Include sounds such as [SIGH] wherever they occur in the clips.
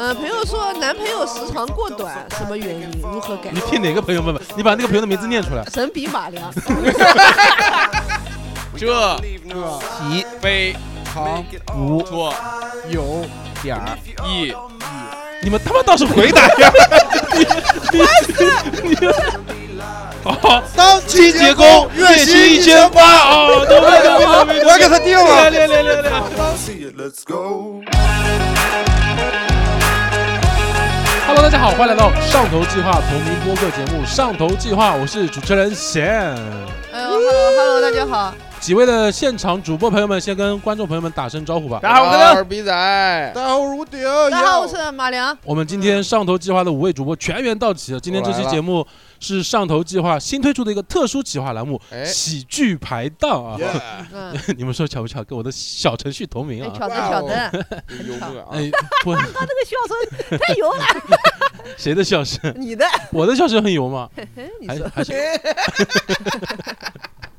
说男啊呃朋友时长过短，什么原因？如何改你？替哪个朋友问问？你把那个朋友的名字念出来。神笔马 [LAUGHS] 良，这这题非长五，错有点儿一，你们他妈倒是回答呀！你你你，好，当清洁工月 [LAUGHS] 薪一千八啊！都没都没都没，我要给他啊定来了。来来来来 See it, let's go. ！Hello，大家好，欢迎来到上头计划同名播客节目《上头计划》，我是主持人贤。哎呦，hello hello，大家好，几位的现场主播朋友们，先跟观众朋友们打声招呼吧。大家好，我跟是逼仔，大家好，我是吴鼎。大家好，我是马良。我们今天上头计划的五位主播全员到齐了。今天这期节目是上头计划新推出的一个特殊企划栏目——哎喜剧排档啊！哎 Yeah，嗯， [LAUGHS] 你们说巧不巧？跟我的小程序同名哎，啊！巧的巧的，有幽默啊！哎，不， [LAUGHS] 他这个笑声太油了。谁的笑声？你的， [LAUGHS] 我的笑声很油吗？你还说还是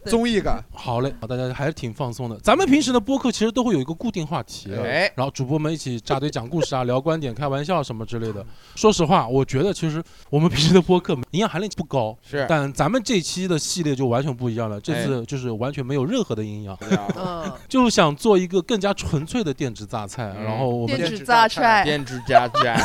综艺感，好嘞，大家还是挺放松的。咱们平时的播客其实都会有一个固定话题，哎然后主播们一起扎堆讲故事啊，聊观点、开玩笑什么之类的。说实话，我觉得其实我们平时的播客营养含量不高，是但咱们这期的系列就完全不一样了。这次就是完全没有任何的营养，嗯，就想做一个更加纯粹的电子榨菜。嗯然后我电们子榨菜，电子榨菜，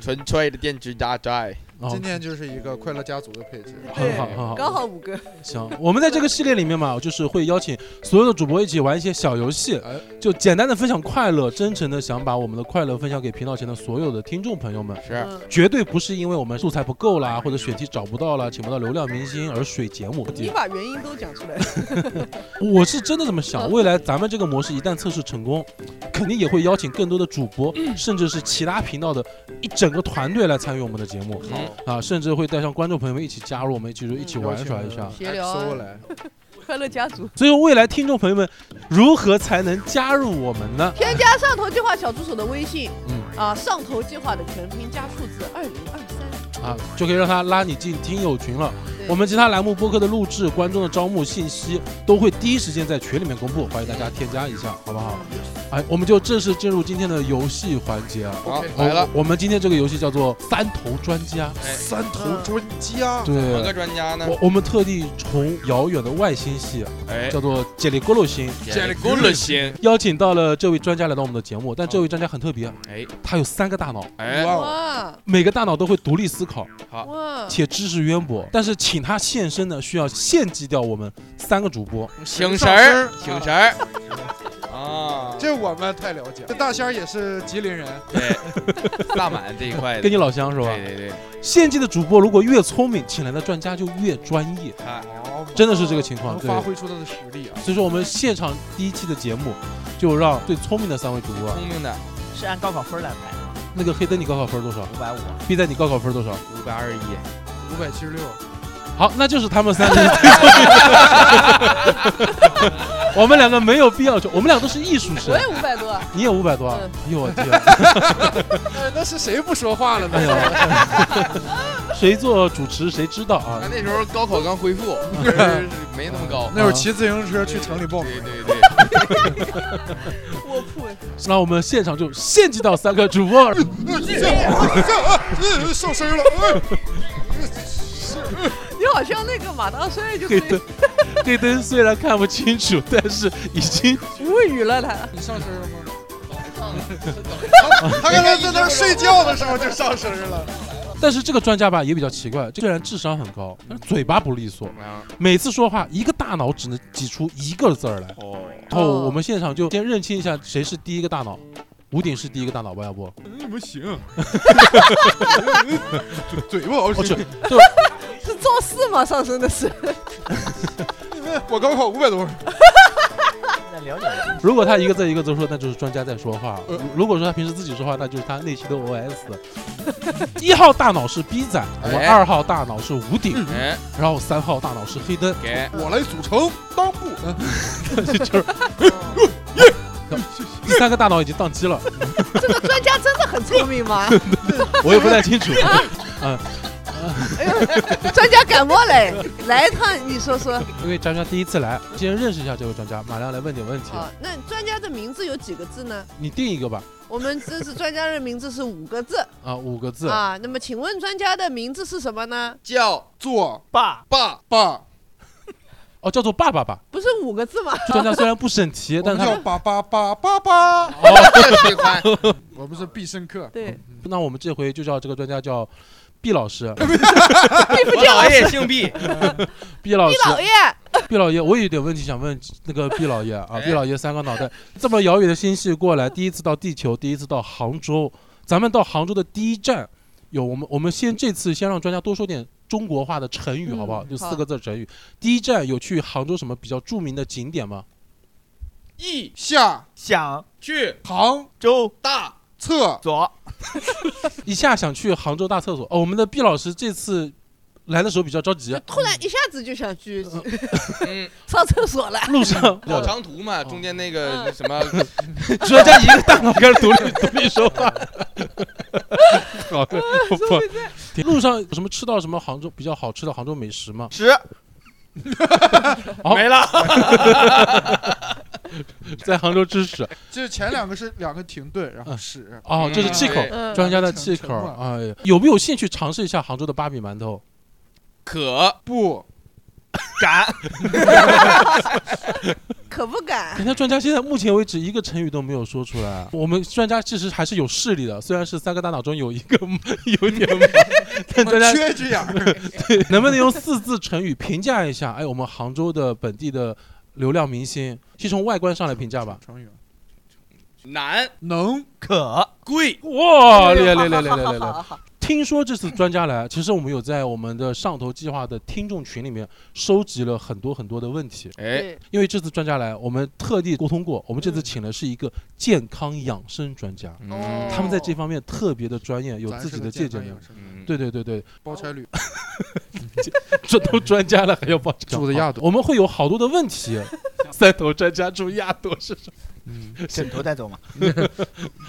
纯粹的电子榨菜，哦今，天就是一个快乐家族的配置。很好很好，刚好五个。行，我们在这个系列里面嘛，就是会邀请所有的主播一起玩一些小游戏哎，就简单的分享快乐，真诚的想把我们的快乐分享给频道前的所有的听众朋友们。是嗯绝对不是因为我们素材不够啦，或者选题找不到啦，请不到流量明星而水节目。你把原因都讲出来。嗯我是真的这么想，未来咱们这个模式一旦测试成功，肯定也会邀请更多的主播，甚至是其他频道的一整个团队来参与我们的节目好啊，甚至会带上观众朋友们一起加入我们，就是一起玩耍一下。闲聊啊搜哎来，快乐家族，所以未来听众朋友们，如何才能加入我们呢？添加上头计划小助手的微信嗯啊，上头计划的全拼加数字二零二三。啊，就可以让他拉你进听友群了。对我们其他栏目播客的录制、观众的招募信息都会第一时间在群里面公布，欢迎大家添加一下，好不好？哎，我们就正式进入今天的游戏环节啊。好 OK，来了，我，我们今天这个游戏叫做三头专家。哎三嗯头专家，哪个对，专家呢？我我们特地从遥远的外星系，啊哎，叫做杰里戈洛星，加了够了先，邀请到了这位专家来到我们的节目。但这位专家很特别，啊哎他有三个大脑，哎，哇，哇每个大脑都会独立思嗯考，哇，且知识渊博。但是请他现身呢，需要献祭掉我们三个主播。醒神儿，醒神儿，啊，这我们太了解了。这大仙儿也是吉林人，啊对， [LAUGHS] 萨满这一块的，跟你老乡是吧？哎对对对，献祭的主播如果越聪明，请来的专家就越专业，看好嘛真的是这个情况。能对，发挥出他的实力啊！所以说我们现场第一期的节目，就让最聪明的三位主播啊，聪明的是按高考分儿来排的，那个黑灯你高考分多少五百五。 ？B 在你高考分多少？五百二十一，五百七十六， [LAUGHS] 好，那就是他们三个人最聪明的。我们两个没有必要去，我们俩都是艺术生我，也嗯五 [LAUGHS] 百多。你也五百多啊？哎呦我天！哎，那是谁不说话了哎呢？呀， [LAUGHS] 谁做主持谁知道啊那？那时候高考刚恢 [LAUGHS] 复，就是没那么高，那会儿骑自行车去城里 [LAUGHS] 哎报名， [LAUGHS] 对对对，卧铺，那我们现场就献祭到三个主播。哎受伤了，你好像那个马大帅就可黑以灯，黑灯虽然看不清楚，但是已经无语了 [LAUGHS] 他。你上身了吗？他刚才在那儿睡觉的时候就上身了。但是这个专家吧也比较奇怪，这个人智商很高，但是嘴巴不利索，啊每次说话一个大脑只能挤出一个字儿来。哦，然后哦我们现场就先认清一下谁是第一个大脑，吴鼎是第一个大脑吧，要不？哦嗯，不行， [LAUGHS] 嘴不好哦，使这。是造势吗？上身的是，我高考五百多分，那了解了，如果他一个字一个字说，那就是专家在说话呃；如果说他平时自己说话，那就是他内心的 OS。一 [LAUGHS] 号大脑是 B 仔，我哎二号大脑是吴鼎，哎，然后三号大脑是黑灯。给我来组成当部。哎第三个大脑已经宕机了，这个专家真的很聪明吗？我也不太清楚。哎呦， [LAUGHS] 专家感冒 [LAUGHS] 嘞，来一趟你说说。因为专家第一次来，先认识一下这位专家，马上来问点问题。好，那专家的名字有几个字呢？你定一个吧，我们这是专家的名字是五个字啊，五个字，啊。那么请问专家的名字是什么呢？叫做爸，爸爸，哦，叫做爸爸吧。不是五个字吗？专家虽然不审题， [LAUGHS] 我但们他哦叫爸爸爸爸爸，特喜 [LAUGHS] 欢，我们是必胜客。对，那我们这回就叫这个专家叫毕老师，毕我姥爷 [LAUGHS] 姓毕，毕老师，老爷，毕老爷，我有点问题想问那个毕老爷啊，哎毕老爷三个脑袋，这么遥远的星系过来，第一次到地球，第一次到杭州，咱们到杭州的第一站，有我们我们先这次先让专家多说点中国话的成语嗯好不好？就好四个字成语。第一站有去杭州什么比较著名的景点吗？一下想去杭周大厕左，一下想去杭州大厕所哦，我们的毕老师这次来的时候比较着急，突然一下子就想去嗯上厕所了。[LAUGHS] 路上跑长途嘛，中间那个什 [LAUGHS] 么专家一个大脑开始独立独立说话。 [LAUGHS] 啊好的，我不路上有什么吃到什么杭州比较好吃的杭州美食吗？ [LAUGHS] 十好没了。在杭州吃屎这前两个是两个停顿，然后嗯 [LAUGHS] 屎。哦，这是嗯气口对嗯，专家的气口沉默哎呀，有没有兴趣尝试一下杭州的八比馒 [LAUGHS] 头？可 [LAUGHS] 不，敢可不敢。你看专家现在目前为止一个成语都没有说出来。我们专家其实还是有势力的，虽然是三个大脑中有一个 [LAUGHS] 有点忙，但专家缺只眼儿。 [LAUGHS] 能不能用四字成语评价一下？哎，我们杭州的本地的流量明星，先从外观上来评价吧。成语难能可贵哇，哎厉害呦厉害厉害厉好害好厉好害！好 [LAUGHS] 好听说这次专家来，其实我们有在我们的上头计划的听众群里面收集了很多很多的问题。哎，对，因为这次专家来，我们特地沟通过，我们这次请的是一个健康养生专家，嗯哦嗯他们在这方面特别的专业，有自己的借鉴能力。嗯，对对对对，包差旅这都专家了还要报这个住的亚朵我们会有好多的问题。三头专家住亚朵是什么？嗯枕头带走嘛？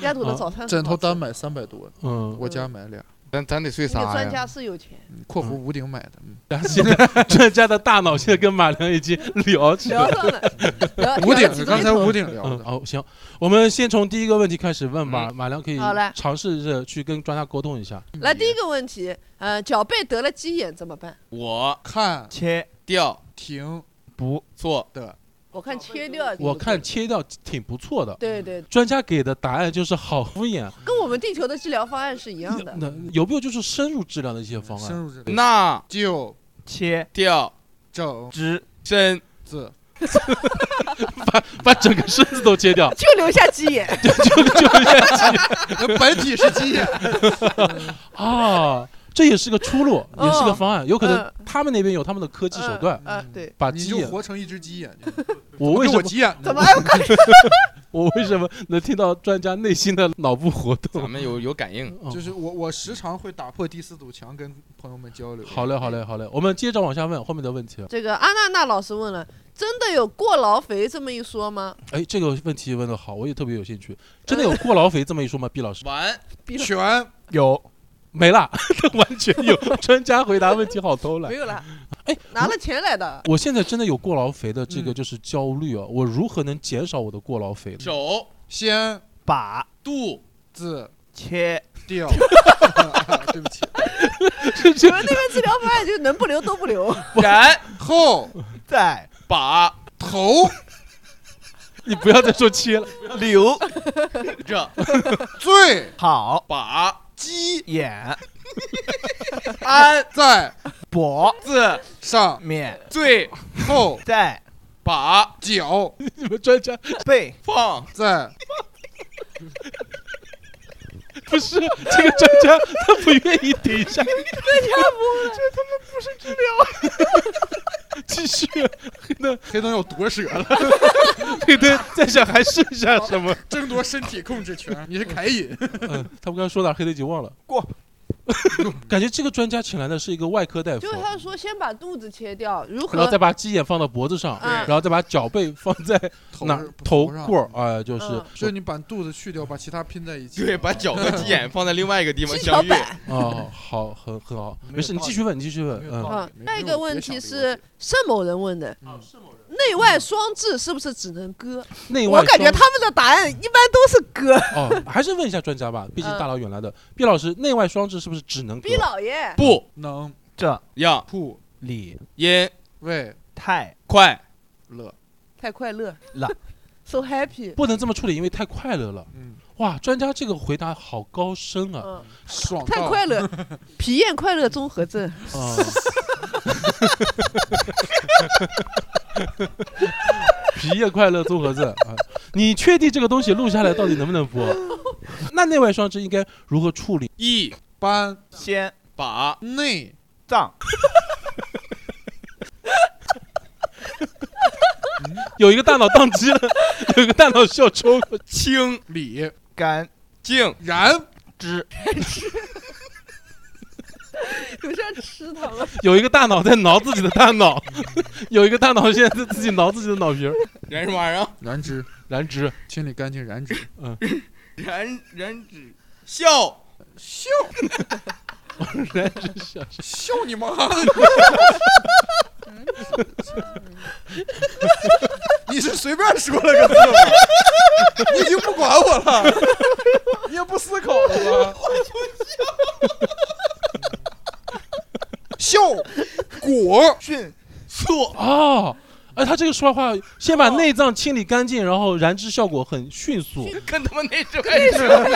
丫头的早餐很好吃嗯枕头单买三百多，嗯，我家买俩，咱咱得睡那个啥专呀？家是有钱，嗯括弧屋顶买的。嗯然后 [LAUGHS] 现在专家的大脑现在跟马良已经聊起来聊了。上了， [LAUGHS] 聊屋顶聊，起刚才这一屋顶聊嗯，的。嗯好、行，我们先从第一个问题开始问吧。马良可以好嘞尝试着去跟专家沟通一下。头来第一个问题，呃，脚背得了鸡眼怎么办？我看切掉停不错我看切掉。我看。切掉挺不错的，对对，专家给的答案就是好敷衍。跟我们地球的治疗方案是一样的。，那有没有就是深入治疗的一些方深案？入这里，那就切掉整之身字把整个身子都切 [LAUGHS] 掉就留下鸡 [LAUGHS] 眼，就就就本体是鸡眼，啊，这也是个出路，也是个方案。有可能嗯他们那边有他们的科技手段，嗯嗯，对，把 [LAUGHS] 你鸡就眼。活成一只鸡眼。我为跟什我么急眼呢？ [LAUGHS] 怎么？哎我看我为什么能听到专家内心的脑部活咱 [LAUGHS] 动？们有有感应，嗯就是我，我时常会打破第四堵墙，跟朋友们交流。好嘞，好嘞，好嘞，我们接着往下问后面的问题。啊这个阿娜娜老师问了，真的有过劳肥这么一说吗？哎，这个问题问的好，我也特别有兴趣。真的有过劳肥这么一说吗？毕老师 [LAUGHS] 完全有没啦， [LAUGHS] 完全有。专家回答问题好偷懒没。有啦，哎，拿了钱来的，我现在真的有过劳肥的这个就是焦虑啊，我如何能减少我的过劳肥呢？手先把肚字切 [LAUGHS] 掉。 [LAUGHS] 对不起，你们那边治疗方案就能不留都不 [LAUGHS] 留， [LAUGHS] 然后再把头你不要再说切了， [LAUGHS] 留这最好把鸡眼安在脖字上面最后再把脚你们专家背放在不是这个专家，他不愿意停下。专家不，这他们不是治疗。继续，那黑灯要夺舍了，黑灯在想还剩下什么？争夺身体控制权。你是凯隐，嗯，他们刚刚说哪儿黑灯已经忘了。过， [LAUGHS] 感觉这个专家请来的是一个外科大夫就，他说先把肚子切掉，如然后何再把鸡眼放到脖子上，呃嗯然后再把脚背放在 [LAUGHS] 哪是头上棍儿，哎，就是嗯就是你把肚子去掉，把其他拼在一起。对，把脚和鸡眼放在另外一个地方七相巧遇。板？哦，好，很很好，没有没事，你道理继续问，你继续问没，有道嗯嗯理，没，那有哦个问题是盛某人问的，嗯那内外双至是不是只能割？内外我感觉双他们的答案一般都是 [LAUGHS] 割。哦，还是问一下专家吧，毕嗯竟大佬远来的毕老师，内外双至是不是只能隔毕老爷，不能这要不里因为太快乐，太快 [LAUGHS] 乐了，so happy。不能这么处理，因为太快乐了。嗯，哇，专家这个回答好高深啊！嗯，爽太到快乐，皮炎快乐综合 [LAUGHS] 症。啊，皮液快乐综合症啊，你确定这个东西录下来到底能不能播？ [LAUGHS] 那内外双至应该如何处理？一搬先把内葬有一个大脑宕机了， [LAUGHS] 有一个大脑需要抽。清里干净然之有像吃他们。有一个大脑在挠自己的大脑， [LAUGHS] 有一个大脑现在在自己挠自己的脑皮儿。人什么玩意儿？燃脂，燃脂，清理干净燃脂，人人只笑笑燃脂笑笑。笑你妈！你是随便说了个字吗？你已经不管我了，你也不思考了吧？笑果训错哦，哎，他这个说话，先把内脏清理干净，然后燃脂效果很迅速，跟他们那什么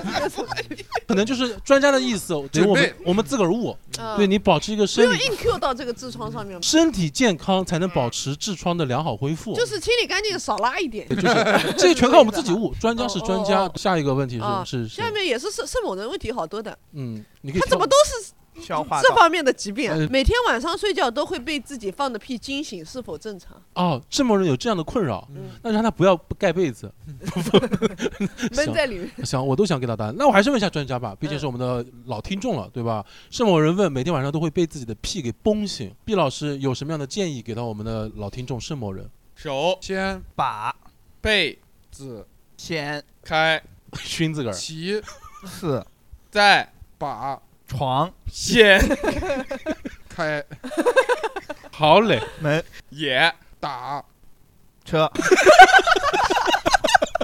可能就是专家的意思，得我准们备我们自个儿悟。嗯对你保持一个不身用体 in Q 到这个痔疮上面吗，身体健康，才能保持痔疮的良好恢复。就是清理干净，少拉一点。就是这全靠我们自己悟，专家是专哦家哦。下一个问题啊是是是下，面也是圣圣某人问题好多的，嗯，你可以他怎跳么都是消化这道方面的疾病啊呃。每天晚上睡觉都会被自己放的屁惊醒，是否正常？哦，这么人有这样的困扰嗯，那让他不要盖被子。闷在里面。想我都想给他答案，那我还是问一下专家吧，毕嗯竟是我们的老听众了，对吧？是某人问，每天晚上都会被自己的屁给崩醒，毕老师有什么样的建议给到我们的老听众是某人？ [LAUGHS] 手先把背子先开熏自个儿，其次在把床先开好嘞，门也打， [LAUGHS] 车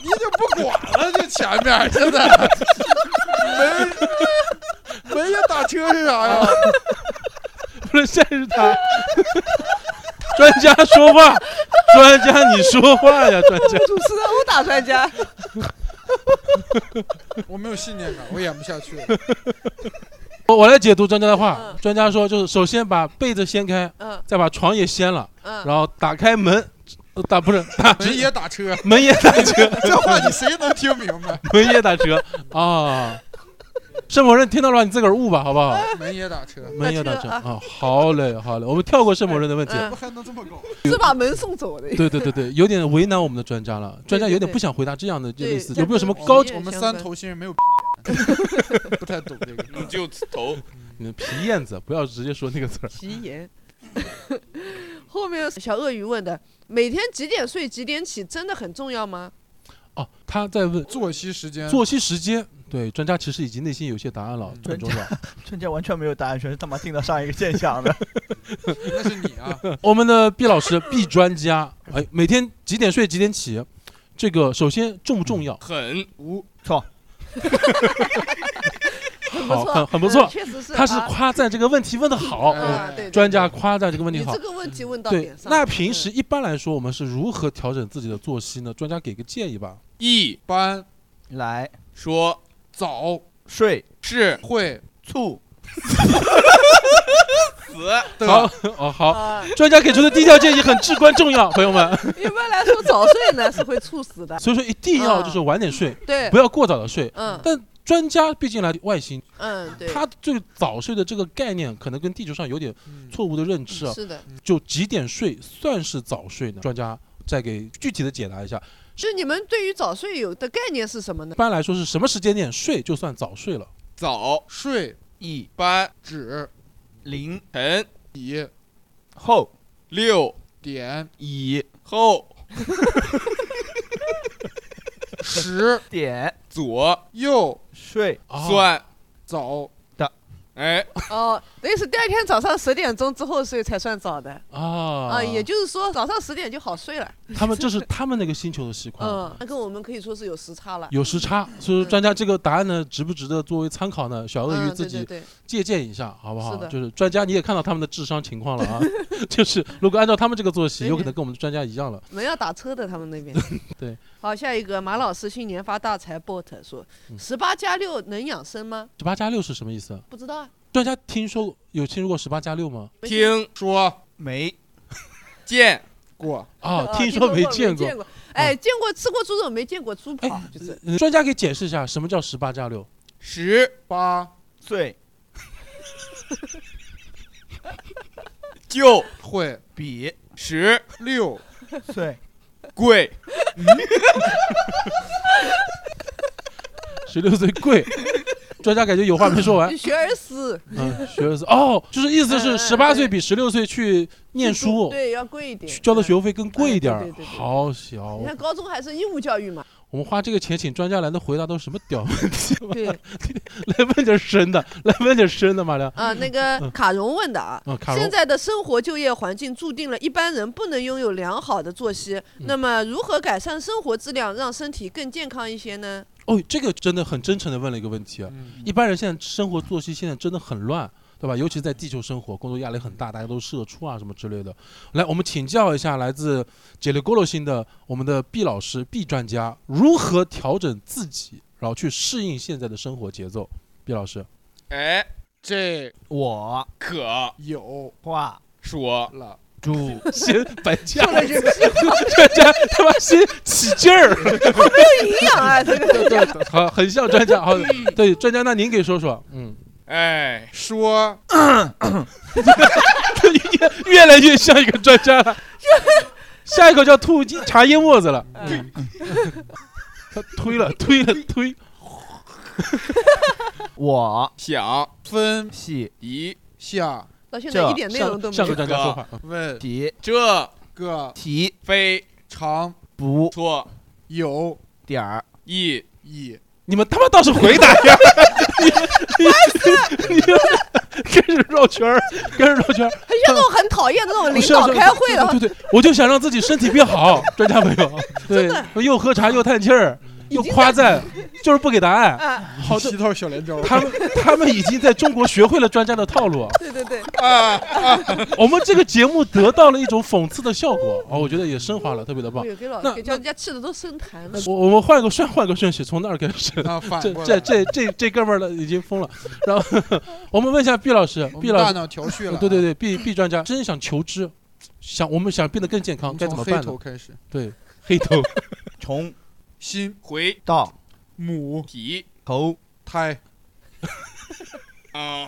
你就不管了，这前面真的门门也打车是啥呀？ [LAUGHS] 不是，现在是他。 [LAUGHS] 专家说话，专家你说话呀，专家。主持人殴打专家，我没有信念感，我演不下去了。我我来解读专家的话嗯，专家说就是首先把被子掀开，嗯再把床也掀了，嗯，然后打开门，呃打不是打门也打车，门也打折， [LAUGHS] 这话 [LAUGHS] 你谁能听明白？门也打折啊。圣某人听到了，你自个儿悟吧，好不好？门也打车，门也打折 [LAUGHS] 打车啊啊，好嘞，好嘞，我们跳过圣某人的问题。嗯我还能这么搞？是把门送走的。对对对对，有点为难我们的专家了，专家有点对不想回答这样的就对类似，对有没有什么对高对我们三头新人没有， [LAUGHS] 不太懂这个。 [LAUGHS] 你就此头嗯皮燕子？不要直接说那个词儿。皮 [LAUGHS] 炎。后面小鳄鱼问的，每天几点睡几点起真的很重要吗？哦，他在问作息时间，作息时间。对，专家其实已经内心有些答案了，嗯很重要。春节完全没有答案，全是他妈听到上一个现象的。那是你啊，我们的毕老师，毕专 [LAUGHS] 家，哎，每天几点睡，几点起？这个首先重不重要？很无错，很好错，很很不错嗯确实是。他是啊夸赞这个问题问得好，哎啊，对，对专家夸赞这个问题你好这。个问题问到对点，上了。嗯那平时一般来说，我们是如何调整自己的作息呢？专家给个建议吧。一班 [LAUGHS] 来说早睡是会醋死的好， [LAUGHS] 哦嗯好，啊，专家给出的第一条建议很至关重要，朋友们。 [LAUGHS] 一般来说早睡呢是会猝死的。所以说一定要嗯就是晚点睡，对不，要过早的睡。嗯但专家毕竟来自外星，嗯，对，他对早睡的这个概念可能跟地球上有点嗯错误的认知啊。是的，就几点睡算是早睡呢？专家再给具体的解答一下。就你们对于早睡有的概念是什么 [LAUGHS] 呢一？般来说是什么时间点睡就算早睡了？早睡一班指零晨以后六点以后十点左右睡哦啊，算早哎哦，等于是第二天早上十点钟之后睡才算早的啊啊，也就是说早上十点就好睡了。[LAUGHS] 他们这是他们那个星球的习惯。嗯，那跟我们可以说是有时差了。有时差，所以说专家这个答案呢，值不值得作为参考呢？小鳄嗯，鱼自对己对对，借鉴一下，好不好？是的就是专家，你也看到他们的智商情 [LAUGHS] 况了啊。就是如果按照他们这个作息，对有可能跟我们专家一样了。门要打车的他们那边。 [LAUGHS] 对。好，下一个马老师新年发大财，bot 说嗯十八加六能养生吗？十八加六是什么意思？不知道啊。专家听说有听说过十八加六吗？听说没见过啊，呃听说没见过过。。啊哎，见过吃过猪肉，没见过猪跑，就是嗯专家给解释一下什么叫十八加六？十八最就会比十六最贵，十六岁 [LAUGHS] 贵。专家感觉有话没说完你，学而思，嗯，学的是哦，就是意思嗯是嗯十八岁比十六岁去念书，对，要贵一点，去交的嗯学费更贵一点嗯儿对对，对对好小你。看高中还是义务教育 [LAUGHS] 嘛，我们花这个钱请专家来，能回答都是什么屌问题 [LAUGHS] 吗？对来问点深的，来问点深的，马亮。啊，那个卡荣问的啊嗯，卡荣现在的生活就业环境注定了一般人不能拥有良好的作息，那么如何改善生活质量，让身体更健康一些呢？哦，这个真的很真诚的问了一个问题啊。一般人现在生活作息现在真的很乱，对吧？尤其在地球生活，工作压力很大，大家都社畜啊什么之类的。来，我们请教一下来自杰里戈罗星的我们的毕老师、毕专家，如何调整自己，然后去适应现在的生活节奏？毕老师，哎，这我可有话说了， [LAUGHS] 主先摆架，说了句专家他妈先起劲儿， [LAUGHS] 营养啊，这个好，很像专家。好，对专家，那您给说说，嗯，哎，说越越来越像一个专家了。下一个叫吐金茶叶沫子了，嗯他推了推了推，我想分系一下到现在一点内容都没像个有。专家说话，问提这个提非常不错有点儿一意你们他妈倒是回答呀！你你你开始绕圈儿，开始绕圈儿，很像那种很讨厌的那种领是导是开会了，对对，对我就想让自己身体变好，专家朋友，对，又喝茶又叹气儿，又夸赞，就是不给答案。啊，好的七，套小连招，他们他们已经在中国学会了专家的套路。对对对，啊， [LAUGHS] 我们这个节目得到了一种讽刺的效果哦，我觉得也升华了，特别的棒 [LAUGHS] 哎。呦，给老那给叫人家气的都生痰了。我我们换个顺，换个顺序，从那儿开 [LAUGHS] 始。那啊反这过来这这这这哥们儿了已经疯了。然后 [LAUGHS] 我们问一下毕老师我，毕们老大师，脑调序了，啊对对，对，毕毕专家，真想求知，想我们想变得更健我康，们该怎啊从么黑办呢头？开始，对，黑 [LAUGHS] 头从心回到母体头胎啊，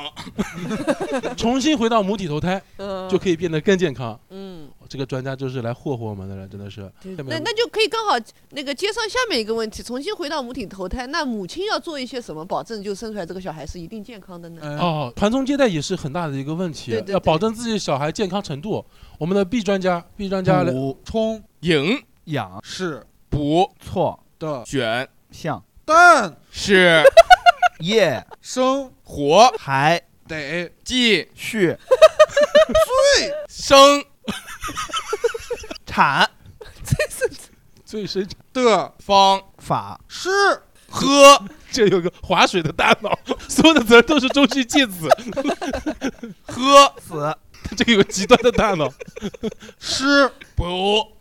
重新回到母体投胎嗯，就可以变得更健康。嗯，这个专家就是来霍霍我们的了，真的是。下那面那就可以刚好那个接上下面一个问题，重新回到母体投胎。那母亲要做一些什么，保证就生出来这个小孩是一定健康的呢？嗯哦，传宗接代也是很大的一个问题，对对要对保证自己小孩健康程度。我们的 B 专家，B 专家来嗯补冲影养是补错的选向但是夜生活还得继续生产最深的方法是喝这有个划水的大脑，所有的词儿都是中心介词，喝死这个有个极端的大脑。是不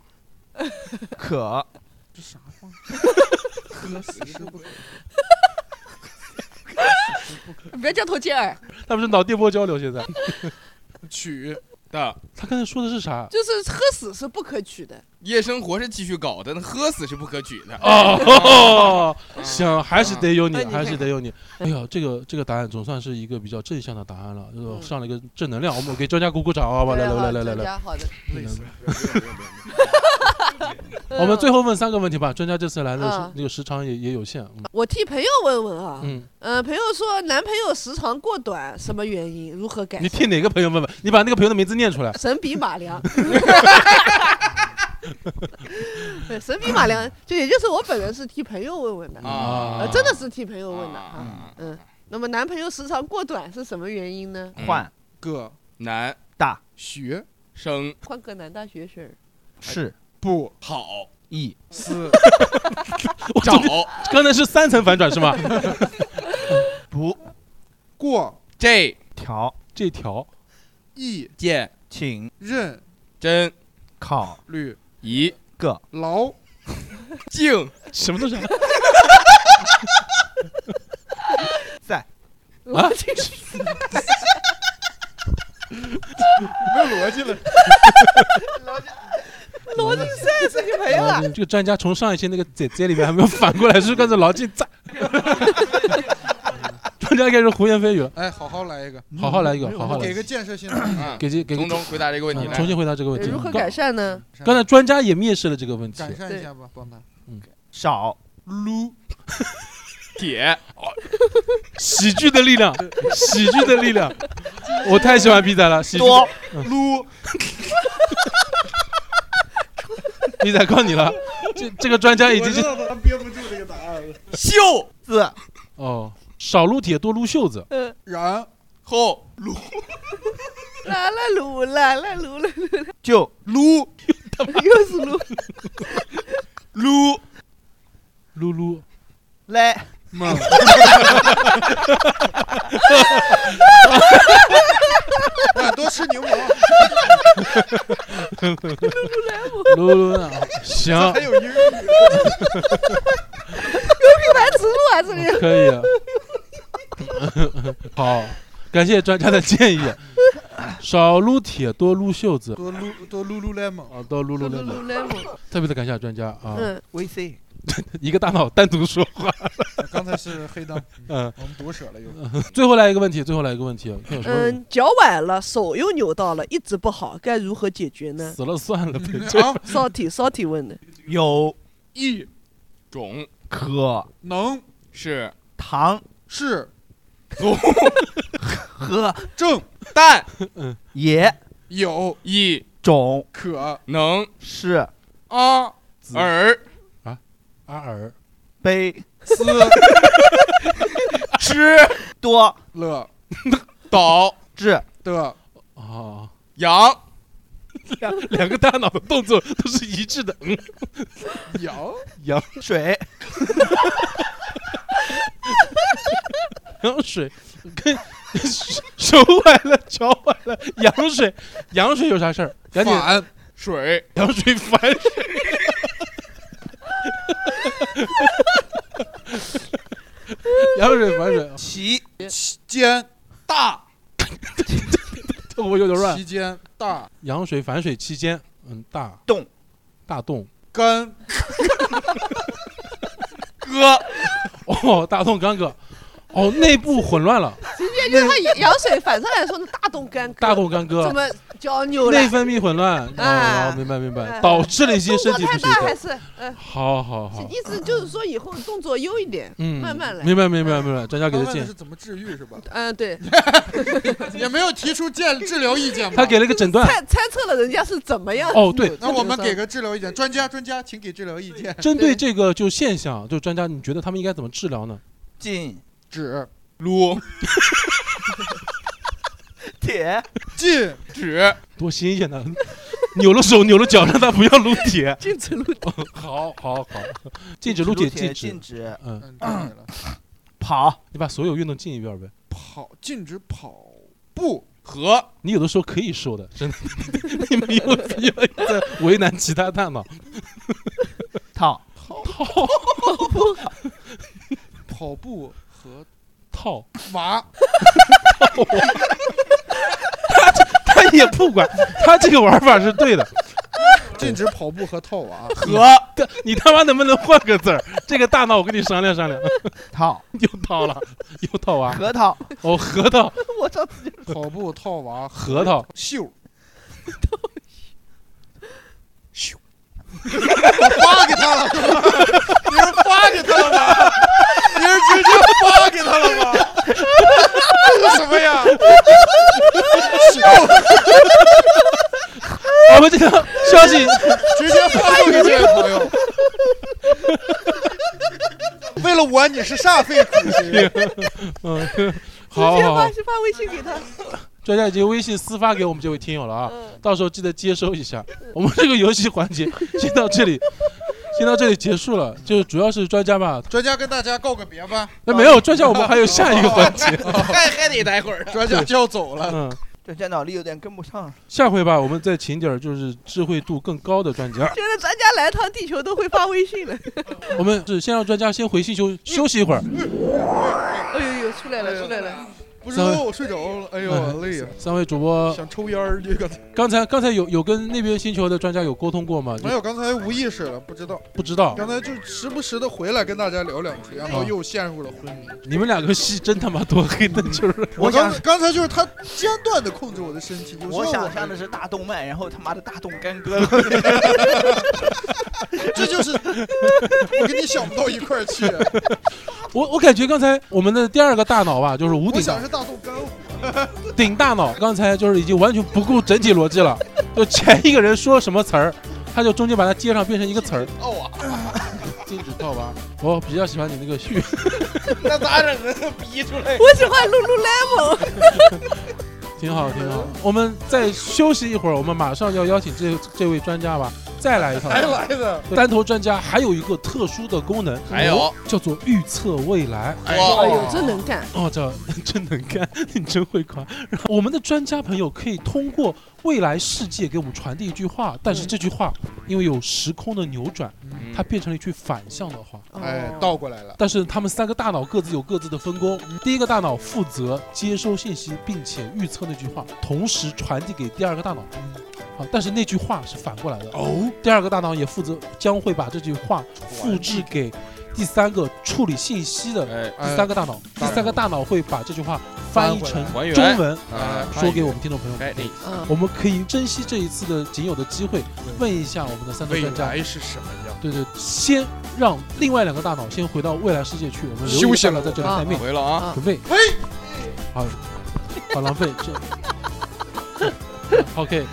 可喝死是不可不要交头接耳，他们是脑电波交流。现在取的他刚才说的是啥？就是喝死是不可取的。夜生活是继续搞的，那喝死是不可取的。哦，行，还是得有你哎，你还是得有哦你。哎呀，这个这个答案总算是一个比较正向的答案了，就是上了一个正能量。我们给专家鼓鼓掌，嗯啊好吧？来来来来来来，啊好 [LAUGHS] 的。累死了，呃我们最后问三个问题吧。专家这次来的嗯是那个时长也也有限。嗯我替朋友问问啊，嗯、嗯，朋友说男朋友时长过短，什么原因？如何改嗯你善？替哪个朋友问问？你把那个朋友的名字念 [LAUGHS] 出来。神笔马良。对，神笔马良，就也就是我本人是替朋友问问的，啊呃真的是替朋友问的啊。啊嗯，那么男朋友时长过短是什么原因呢？换嗯个嗯难大学生换个男大学啊生。是不好一思我找总结刚才是三层反转是吗？ [LAUGHS] 不过这调这条意件请认真考虑一个劳静什么都 [LAUGHS] 是在啊我去， [LAUGHS] 没有逻辑了。逻辑赛是你没 [LAUGHS] 了。这个专家从上一期那个姐姐里面还没有反过来，是刚才牢记在。 [LAUGHS] 专家开始胡言非语了，哎，好好来一个，好好来一个没有好好来给个建设性 [COUGHS] 的。啊嗯，给这给东东回答这个问题嗯来，重新回答这个问题。如何改善呢？刚才专家也蔑视了这个问题改，善一下吧，帮他少撸铁喜剧的力量，喜剧的力量，我太喜欢逼仔了。喜剧的多撸逼仔靠你了，这这个专家已经是道他憋不住这个答案了。袖字哦，少撸铁多撸袖子，嗯，然后啦啦噜啦啦噜啦， [LAUGHS] 就撸又是噜。撸撸撸来嘛，啊， [LAUGHS] 多吃柠檬，撸撸啊，行，还有英语。品牌植入啊，这个人可以啊， [LAUGHS] 好，感谢专家的建议，少撸铁多撸袖子，多撸多撸撸 lemon，啊，多撸撸撸撸， lemon，特别的感谢专家啊，嗯， VC 一个大脑单独说 [LAUGHS] 话，刚才是黑灯，嗯，我们夺舍了又。最后来一个问题，最后来一个问题，啊看有什么问题嗯，脚崴了，手又扭到了，一直不好，该如何解决呢 [LAUGHS] 死了算 [LAUGHS] 了呗，这啊，骚体骚体问的，有一种可能是糖是和正但也有一种可能是啊尔阿尔悲思之多了导智的啊，阳两两个大脑的动作都是一致的， [LAUGHS] 嗯，羊羊水羊水跟 [LAUGHS] 手崴了脚崴了，羊水羊水有啥事儿？赶紧反 [LAUGHS] 水羊水嗯反水。羊水反水，其期间大这我有点乱期。间大羊水反水期间，嗯，大 [LAUGHS] 动大洞， [LAUGHS] 干哥哦，大洞干戈，哦，内部混乱了，也就是他羊水反上来说呢，大动干 [LAUGHS] 大洞干戈怎，么脚扭了内？分泌混乱，啊哦，明白明白，哎导致了一些动身作体太不大还适。是嗯，好好好，意思就是说以后动作优一点，嗯，慢慢来明白明白明白，专家给刚的才建那是议，怎么治愈是吧？嗯，对，也没有提出建治疗意见吧？他给了一个诊 [LAUGHS] 断。猜猜测了人家是怎么样。哦，对，那我们给个治疗意见，专家专家，请给治疗意见。针对对这个就现象，就专家，你觉得他们应该怎么治疗呢？进指撸铁进指多新鲜呐！ [LAUGHS] 扭了手，扭了脚，让他不要撸铁。禁止录 [LAUGHS] 好好好，禁止撸铁，禁止禁。止嗯，嗯，对了，跑你把所有运动进一遍呗。跑禁止跑步，和你有的时候可以瘦的， [LAUGHS] 真的，你没有必要在为难其他大脑。套套跑步和套，娃他也不管，他这个玩法是对的。禁止跑步和啊 [LAUGHS] 哎套娃，和他你他妈能不能换个字儿？这个大脑我跟你商量商量。 [LAUGHS] 套又套了，又套娃。核桃哦，核桃， [LAUGHS] 我操，跑步啊套娃核桃，秀咻发给他了，你是发给他了吗？你是直接发给他了吗？这是什么呀？秀我们这条消息直接发送给这位朋友。为了我你是煞费苦心。嗯， [LAUGHS] 直好接好发好，发微信给他。专家已经微信私发给我们这位听友了啊，嗯，到时候记得接收一下。 [LAUGHS] 我们这个游戏环节 [LAUGHS] 先到这里，先到这里结束了，就主要是专家吧。专家跟大家告个别 [LAUGHS] 吧，那没有专家，我们还有下一个环 [LAUGHS] 节。还还得待会儿呢。专家就要走了。嗯，这家脑力有点跟不上了。下回吧，我们再请点儿就是智慧度更高的专家。 [LAUGHS] 觉得咱家来趟地球都会发微信了。我们是先让专家先回星球休息一会儿。 [LAUGHS] 哎呦呦，出来了，出来了。不是说我睡着了，哎呦累呀，三位主播，想抽烟儿这个。刚才刚才有有跟那边星球的专家有沟通过吗？就没有，哎刚才无意识了，不知道。不知道，刚才就时不时的回来跟大家聊两句，然哦后又陷入了昏迷。你们两个戏真他妈多 [LAUGHS] 黑的，就是我刚想刚才就是他间断的控制我的身体，有时候我想象我的是大动脉，然后他妈的大动干戈了。 [LAUGHS] 这就是我跟你想不到一块儿去。我我感觉刚才我们的第二个大脑吧，就是无我顶想是大豆干呕，顶大脑，刚才就是已经完全不顾整体逻辑了，就前一个人说什么词儿，他就中间把它接上变成一个词儿，哦啊， [LAUGHS] 禁止套娃。我比较喜欢你那个序，那咋整啊？逼出来。我喜欢露露 lemon。挺好挺好。我们再休息一会儿，我们马上要邀请这这位专家吧，再来一套。还哎来呢。单头专家还有一个特殊的功能，还有叫做预测未来。我哎呦，真能干！哦，这 [LAUGHS] 真能干，你真会夸。然后我们的专家朋友可以通过未来世界给我们传递一句话，但是这句话因为有时空的扭转，嗯它变成了一句反向的话。哎，哦倒过来了。但是他们三个大脑各自有各自的分工，第一个大脑负责接收信息并且预测那句话，同时传递给第二个大脑。啊，但是那句话是反过来的。哦，第二个大脑也负责将会把这句话复制给第三个处理信息的第哎，哎三个大脑，第大脑三个大脑会把这句话翻译成还中原文，啊，说给我们听众朋友们哎，。你嗯，我们可以珍惜这一次的仅有的机会，问一下我们的三头未专家。来是什么样？对对，先让另外两个大脑先回到未来世界去，我们留一休个息大脑了在这里啊待命，回了啊。啊准备喂。好，好浪费这。OK，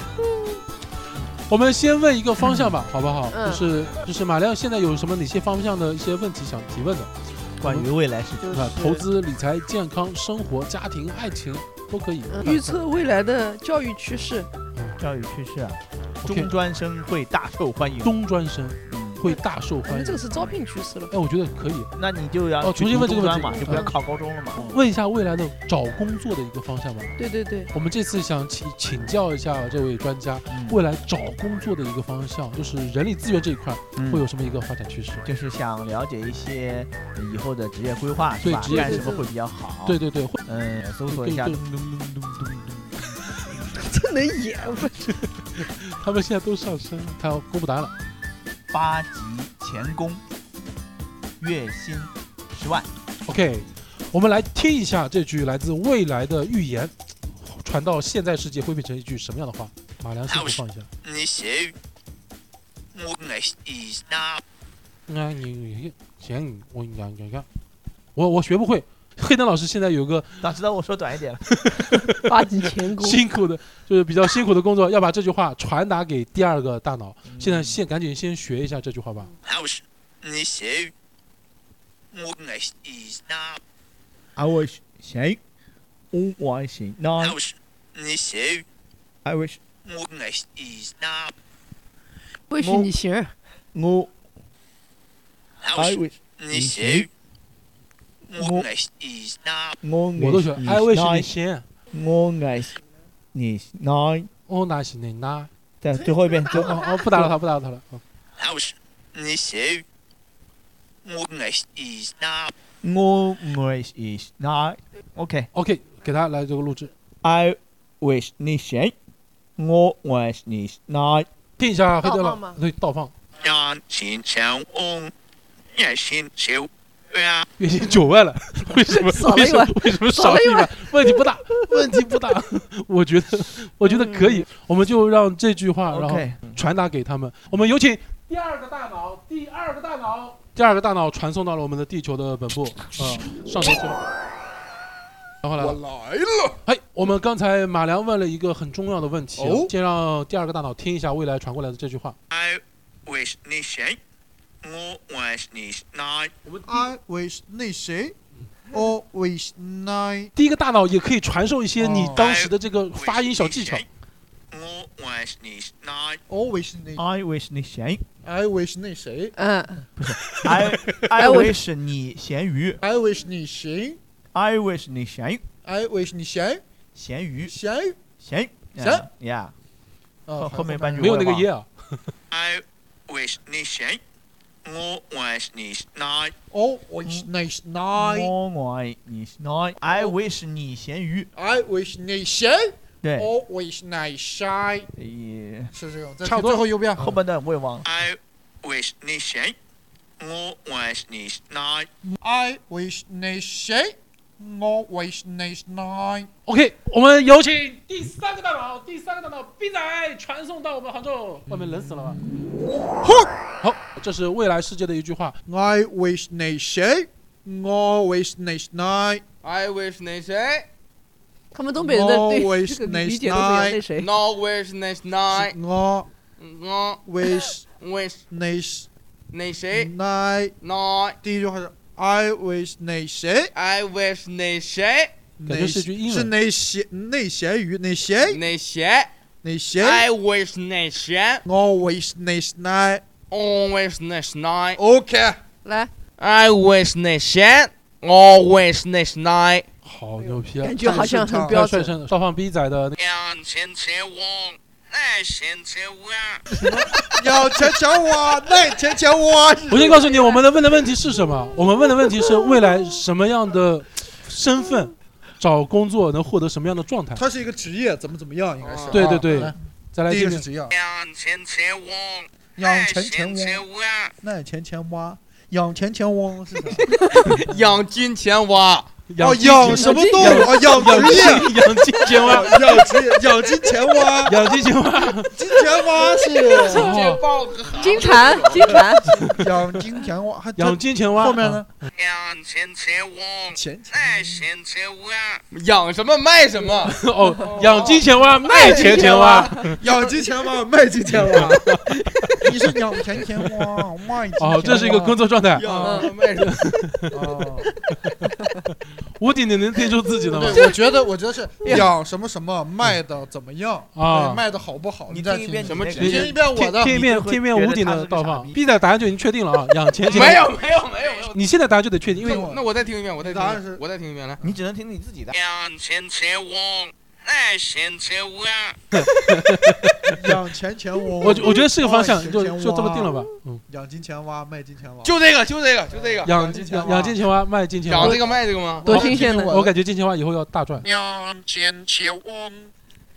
我们先问一个方向吧，好不好？嗯就是就是马亮现在有什么哪些方向的一些问题想提问的？关于未来世界，啊，投资、理财、健康、生活、家庭、爱情都可以。嗯预测未来的教育趋势，教育趋势啊， OK 中专生会大受欢迎。中专生嗯会大受我欢哎们这迎个。是招聘趋势了。哎，我觉得可以。那你就要哦去重新问读这个问中专题嗯嘛，就不要考高中了嘛。问一下未来的找工作的一个方向吧。对对对，我们这次想请请教一下这位专家，嗯未来找工作的一个方向，就是人力资源这一块会有什么一个发展趋势？嗯嗯就是想了解一些以后的职业规划是对吧？职业干规什么划会比较好？对，对对，会嗯，搜索一下对。这能演不？他们现在都上升，他要公布答案了。八级钳工，月薪十万。 OK，我们来听一下这句来自未来的预言，传到现在世界会变成一句什么样的话？马良，辛苦放一下。你谁？我爱你那啊，你行，我讲讲讲，我我学不会。黑灯老师现在 [LAUGHS] 有个早知道我说短一点了。八级钳工辛苦的，就是比较辛苦的工作，要把这句话传达给第二个大脑。现在先赶紧先学一下这句话吧。好是，你谁？我爱你那啊，我行，我我行，那好是，你谁？ I wish 我爱你那不许你行儿，我好是， wish 你谁？我爱你那我我都学哎了，I wish 你先，我爱你那，哦那行你那，在最后一遍最哦哦不打扰他，不打扰 [LAUGHS] 他了。哦好是，你谁？我爱你那我爱你那，OK。 OK，给他来这个录制， I wish 你行，我爱你那，听一下黑灯倒放老吗对倒放，那心相拥，也心相远。月薪九万了， [LAUGHS] 为什么少了为一什么万为什么少少了一一万？问题不 [LAUGHS] 大，问题不大，我觉得我觉得可以，我们就让这句话，然后 OK 传达给他们。我们有请第二个大脑，第二个大脑，第二个大脑传送到了我们的地球的本部，呃，上升之后，然后来我了。来了，哎，我们刚才马良问了一个很重要的问题啊哦，先让第二个大脑听一下未来传过来的这句话。 I wish 你谁？我 wish 你那 I wish 那谁，or wish nine 第一个大脑也可以传授一些你哦当时的这个发音小哎技巧。我 wish 你那 or 哦 wish 那 I wish 你咸啊 [LAUGHS] I wish 那谁嗯， I I wish- wish 你咸鱼，I wish 你谁，I wish 你咸，I wish 你谁咸鱼谁咸咸嗯呀，啊后后面半句没有那个我也忘了耶啊， I wish 你谁？我 wish 你那 or 哦 wish 那谁我爱你咸 I wish 你咸鱼， ，I wish 那谁对， ，or wish 那谁，也是这种，再差不听多最后一遍，后半段我也忘了。 I wish 你谁？我 wish 你那 I wish 那谁，or wish 那谁。 OK，我们有请第三个大佬，第三个大佬逼仔传送到我们杭州，外面冷死了吧？好，这是未来世界的一句话。 I wish 那谁，I wish 那谁。 I wish 那谁他们东北人的对 Always 这个理解都不一样。 nice 那谁， ，No wish 那谁，我我 wish wish 那那谁谁？ ，No 第一句话是 I wish 那谁？ I wish 那谁，感觉是句英文是那咸那咸鱼那谁那谁那谁，I wish 那谁我 wish 那谁，Always 那谁？OK， [LAUGHS] 来， ，I wish oh 那谁，Always 那谁，好牛批啊！感觉好像很标要帅准。上少放逼仔的那个两千千万，那千千万。要瞧瞧我，那瞧瞧我。我先告诉你，我们的问的问题是什么？我们问的问题是未来什么样的身份，找工作能获得什么样的状态？它是一个职业，怎么怎么样，应该是。哦对啊对对来再来第一这个是遍，职业，两千千万，养那钱千钱翁，千万。那钱钱蛙，养钱钱翁 [LAUGHS] 是啥？养金钱蛙，哦，金养钱什么动物？哦，[LAUGHS] 养养职业。金养金钱蛙， [LAUGHS] 养金养金钱蛙，养金钱蛙，金钱蛙是哦豹子好金蝉，金蝉，养金钱蛙，还 [LAUGHS] 养 [LAUGHS] 金钱蛙。后面 [LAUGHS] 呢？两千千万，钱那千千万。养什么卖什么，嗯？哦，养金钱蛙卖钱钱蛙。 [LAUGHS] 养金钱蛙，卖金 [LAUGHS] 钱蛙。你是养钱钱蛙，卖金钱蛙哦，这是一个工作状态。养什么卖什么，哦吴鼎，你能听出自己的吗？对，我觉得，我觉得是养什么什么，卖的怎么样啊对卖的好不好？你再听一听遍什么你那职个业听一遍我听，的听一遍，你就会听一遍觉得吴鼎他的是个倒傻放。逼逼仔答案就已经确定了啊，养钱钱。没有。没有没有没有，你现在答案就得确定，因为听我那我再听一遍，我再听一答遍，案是我再听一遍来，你只能听你自己的。两千千万，那千千万。养钱钱蛙。我我觉得是个方向卖，钱就钱蛙就这么定了吧。嗯， [LAUGHS] 养金钱蛙，卖金钱蛙。就这个就这个就这个，养金钱养蛙养金钱蛙卖金钱蛙养。这个卖这个吗？多新鲜的！我感觉金钱蛙以后要大赚。两千千万，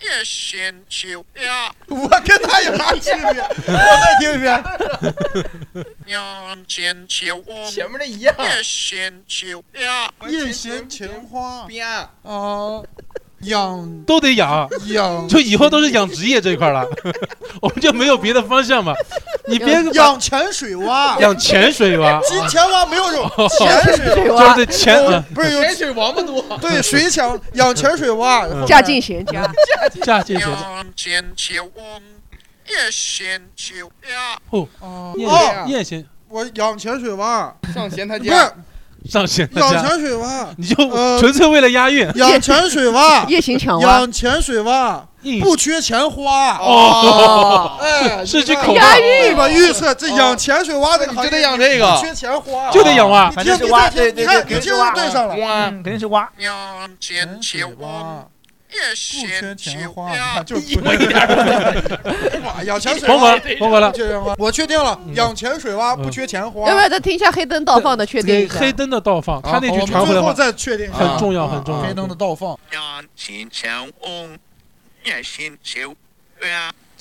一千千万。我跟他有啥区别？我再听一遍。两千千万，前面的一样，一千千万。夜闲情花边啊，养都得养，养就以后都是养职业这一块了，我们就没有别的方向嘛。你别把养潜水蛙，养潜水蛙，金钱蛙没有种潜水水就蛙是潜蛙，哦不是有潜水王八多，对水抢养潜水蛙，嗯嫁进贤家，下进去。两千千万，一千千万。哦夜哦，夜行我养潜水蛙，上咸他不家是上线大养家，潜水蛙，你就呃纯粹为了押韵养潜水啊蛙，夜行抢蛙，养潜水蛙，硬不缺钱花。哦，哎，是句你看口押号，对韵，吧？预测这养潜水蛙这个你行就业得养这不个缺钱花，就得养蛙。你听反正是蛙你听对对你看对你肯定听是就蛙对上了。哇，嗯，肯定是蛙。两千千万，一不缺千钱千花，万你。看就一模一样。哇，养潜水甭蛙管，甭管了不。缺钱花，我确定了，嗯养潜水蛙嗯不缺钱花。要不要再听一下黑灯倒放的确定给一下？黑灯的倒放，他那我句们传回来最后话再确定一下很重要，很重黑灯的要。倒放。两千千万，一千千万。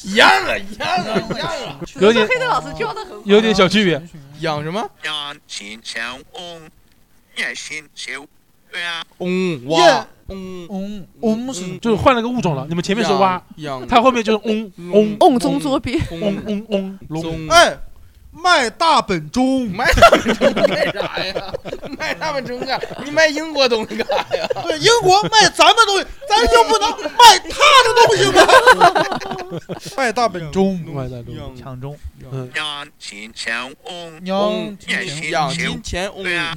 一样啊一样啊一样啊，有点黑灯老师教的很好。有点小区别，养什么？两千千万，一千千万。嗯哇嗯，嗯，我们是就是换了个物种了。你们前面是蛙，养它后面就是嗡嗡瓮中捉鳖，嗡嗡嗡嗡龙。中哎，卖大本钟，卖他们中干啥呀？卖他们中干？你卖英国东西干啥呀？对，英国卖咱们东西，咱就不能卖他的东西吗？拜大本钟，外在中，抢 [LAUGHS] 钟，嗯，让心相翁，娘也行养金钱翁，对 [LAUGHS] 啊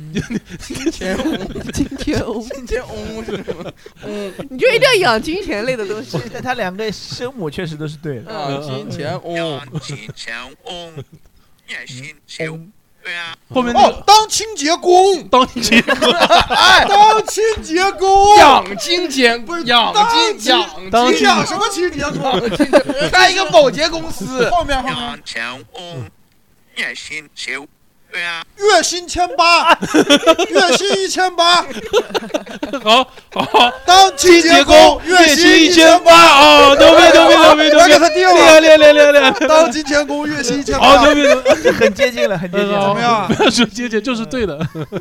金钱翁，嗯金钱翁，金钱翁是什么？翁你就一定要养金钱类的东西。但他两个声母确实都是对的。啊，金钱翁。让心相翁，也行相嗯对啊，后面那哦个，当清洁工，当你去哎，当清洁工，养金钱不是养金当养当你金养什么清洁工？养金钱，开一个保洁公司，后面后面，让相翁，也行相对啊，月薪千八，月薪一千八，好好，当清结工工，月薪一千八哦，牛逼牛逼牛逼我给牛他定逼，厉害了，厉害厉害厉害厉害，当清洁工月薪一千好八，牛逼牛逼，这很接近了，很接近嗯怎么了。样？不要说姐姐就是对的，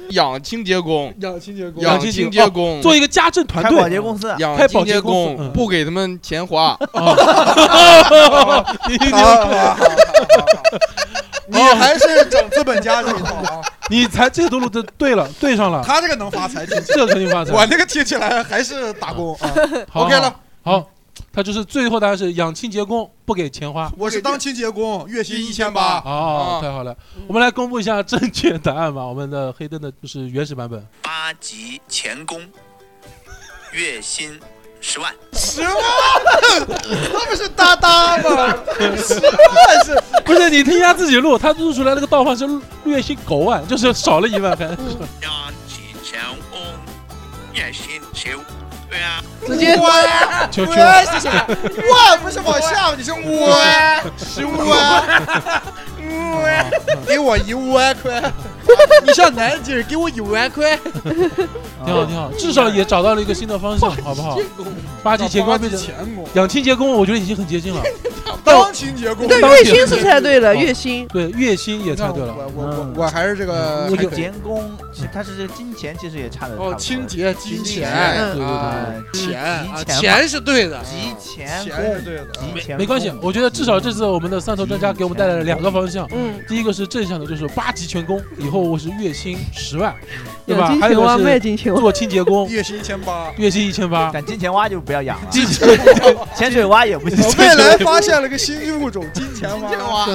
养清洁工，养清洁工，养清洁工，做一个家政团开保洁队，公司，养开清保洁洁公司工，嗯不给他们钱花，你好好好好好你还是整资本家这一套啊！你你才这个路都对了，对上了，他这个能发财，听起这个肯定发财来。我这个听起来还是打工啊。好 OK 了，好好，他就是最后答案是养清洁工不给钱花。我是当清洁工，月薪一千1800八。 [LAUGHS] 哦啊，太好了，我们来公布一下正确答案吧。我们的黑灯的就是原始版本，八级钳工，月薪十万，十万，那不是哒哒吗？十万是不是你听一下自己录，他录出来那个倒换是月薪狗万，就是少了一万还。让心相翁，也行相对啊，直接万，求求万是啥？万不是往下，你是万，十万，万，给我一万块。你上南京，给我一万块。挺好挺好，至少也找到了一个新的方向，好不好？八级前光变成钱工，养清洁工，我觉得已经很接近了。当清洁工。但当月时薪是猜对了，哦月薪对，月薪也猜对我了。嗯我我我还是这个我还就可以监工，其实他是这金钱，其实也差的。哦，清洁金金钱钱对对对啊呃，钱啊，集钱是对的，集钱钱是工，对的啊集钱没关系，我觉得至少这次我们的三头专家给我们带来了两个方向。嗯，第一个是正向的，就是八级全攻，以后我是月薪十万，对吧？养金还有一钱蛙个卖是金钱蛙，做清洁工，月薪一千八。月薪一千 [LAUGHS] 八。但啊金钱蛙就不要养了，金钱潜水蛙也不行我。未来发现了个新物种——金钱蛙。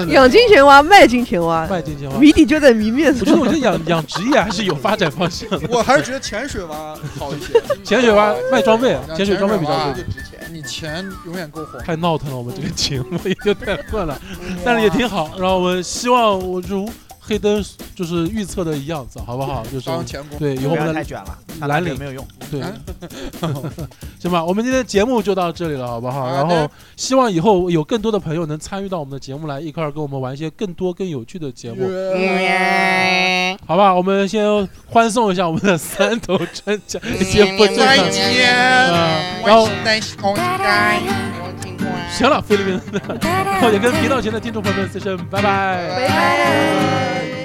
养金钱蛙卖金钱蛙，卖金钱蛙，谜底就在谜面我觉得上。我这养养职业还是有发展方向的。我还是觉得潜水蛙好一些。潜水蛙卖装备，潜水装备比较啊贵。值钱，你钱永远够花。太闹腾了，我们这个节目也就太混 [LAUGHS] 了，啊但是也挺好。然后我们希望我如黑灯就是预测的一样子，好不好？就是当钱工，对以后不我要们太的卷了，蓝领领没有用。对， [LAUGHS] 行吧，我们今天节目就到这里了，好不好？好的然后希望以后有更多的朋友能参与到我们的节目来，一块儿跟我们玩一些更多更有趣的节目，嗯好吧？我们先欢送一下我们的三头专家，嗯节目就再上去见。啊，然后担心我行了，菲律宾的，然 [LAUGHS] 后也跟频道前的听众朋友们 say 声拜拜。拜拜。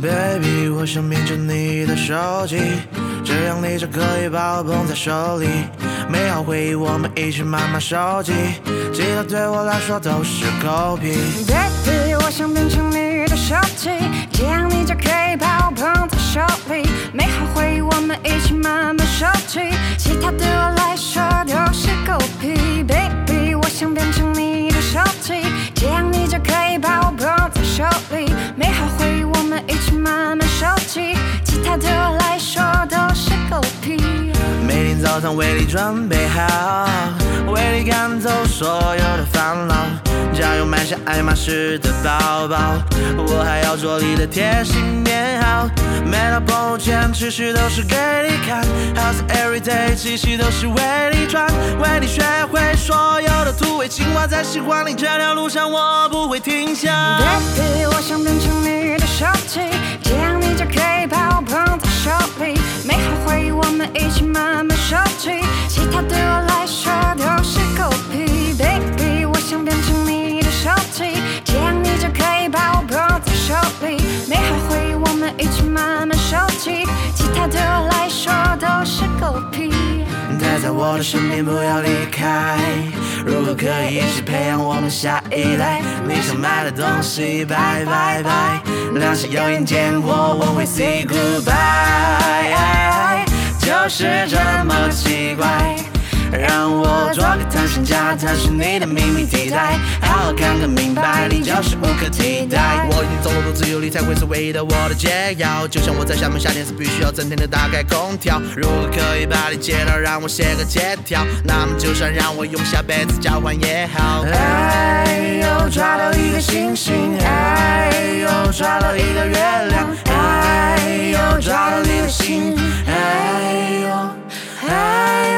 Baby，我想变成你的手机，这样你就可以把我捧在手里。美好回忆我们一起慢慢收集，记得对我来说都是狗屁。 Baby，我想变成你的手机，这样你就可以把我捧在手里。美好回忆我们一起慢慢收集，其他对我来说都是狗屁。Baby，我想变成你的手机，这样你就可以把我捧在手里。美好回忆我们一起慢慢收集，其他对我来说都是狗屁。每天早上为你准备好，为你赶走所有的烦恼。加油，买下爱马仕的包包，我还要做你的贴心棉袄。每到朋友圈，持续都是给你看，How's every day，继续都是为你穿，为你学会所有的土味情话，在喜欢你这条路上，我不会停下。 Baby，我想变成你的手机，这样你就可以把我捧在手里。美好回忆我们一起慢慢收集，其他对我来说都是狗屁。Baby，我想变成你的手机，这样你就可以把我捧在手里。美好回忆我们一起慢慢收集，其他对我来说都是狗屁。待在我的身边，不要离开。如果可以，一起培养我们下一代。你想买的东西，拜拜拜。两小有眼见我，我会 say 哎 goodbye。就是这么奇怪，让我我做个探险家，探寻你的秘密地带，好好看个明白，你就是无可替代。我已经走入自由，你才会是唯一的我的解药。就像我在厦门夏天时必须要整天的打开空调。如果可以把你接到，让我写个借条，那么就算让我用下辈子交换也好。哎呦，抓到一个星星，哎呦，抓到一个月亮，哎呦，抓到一个星，哎呦，哎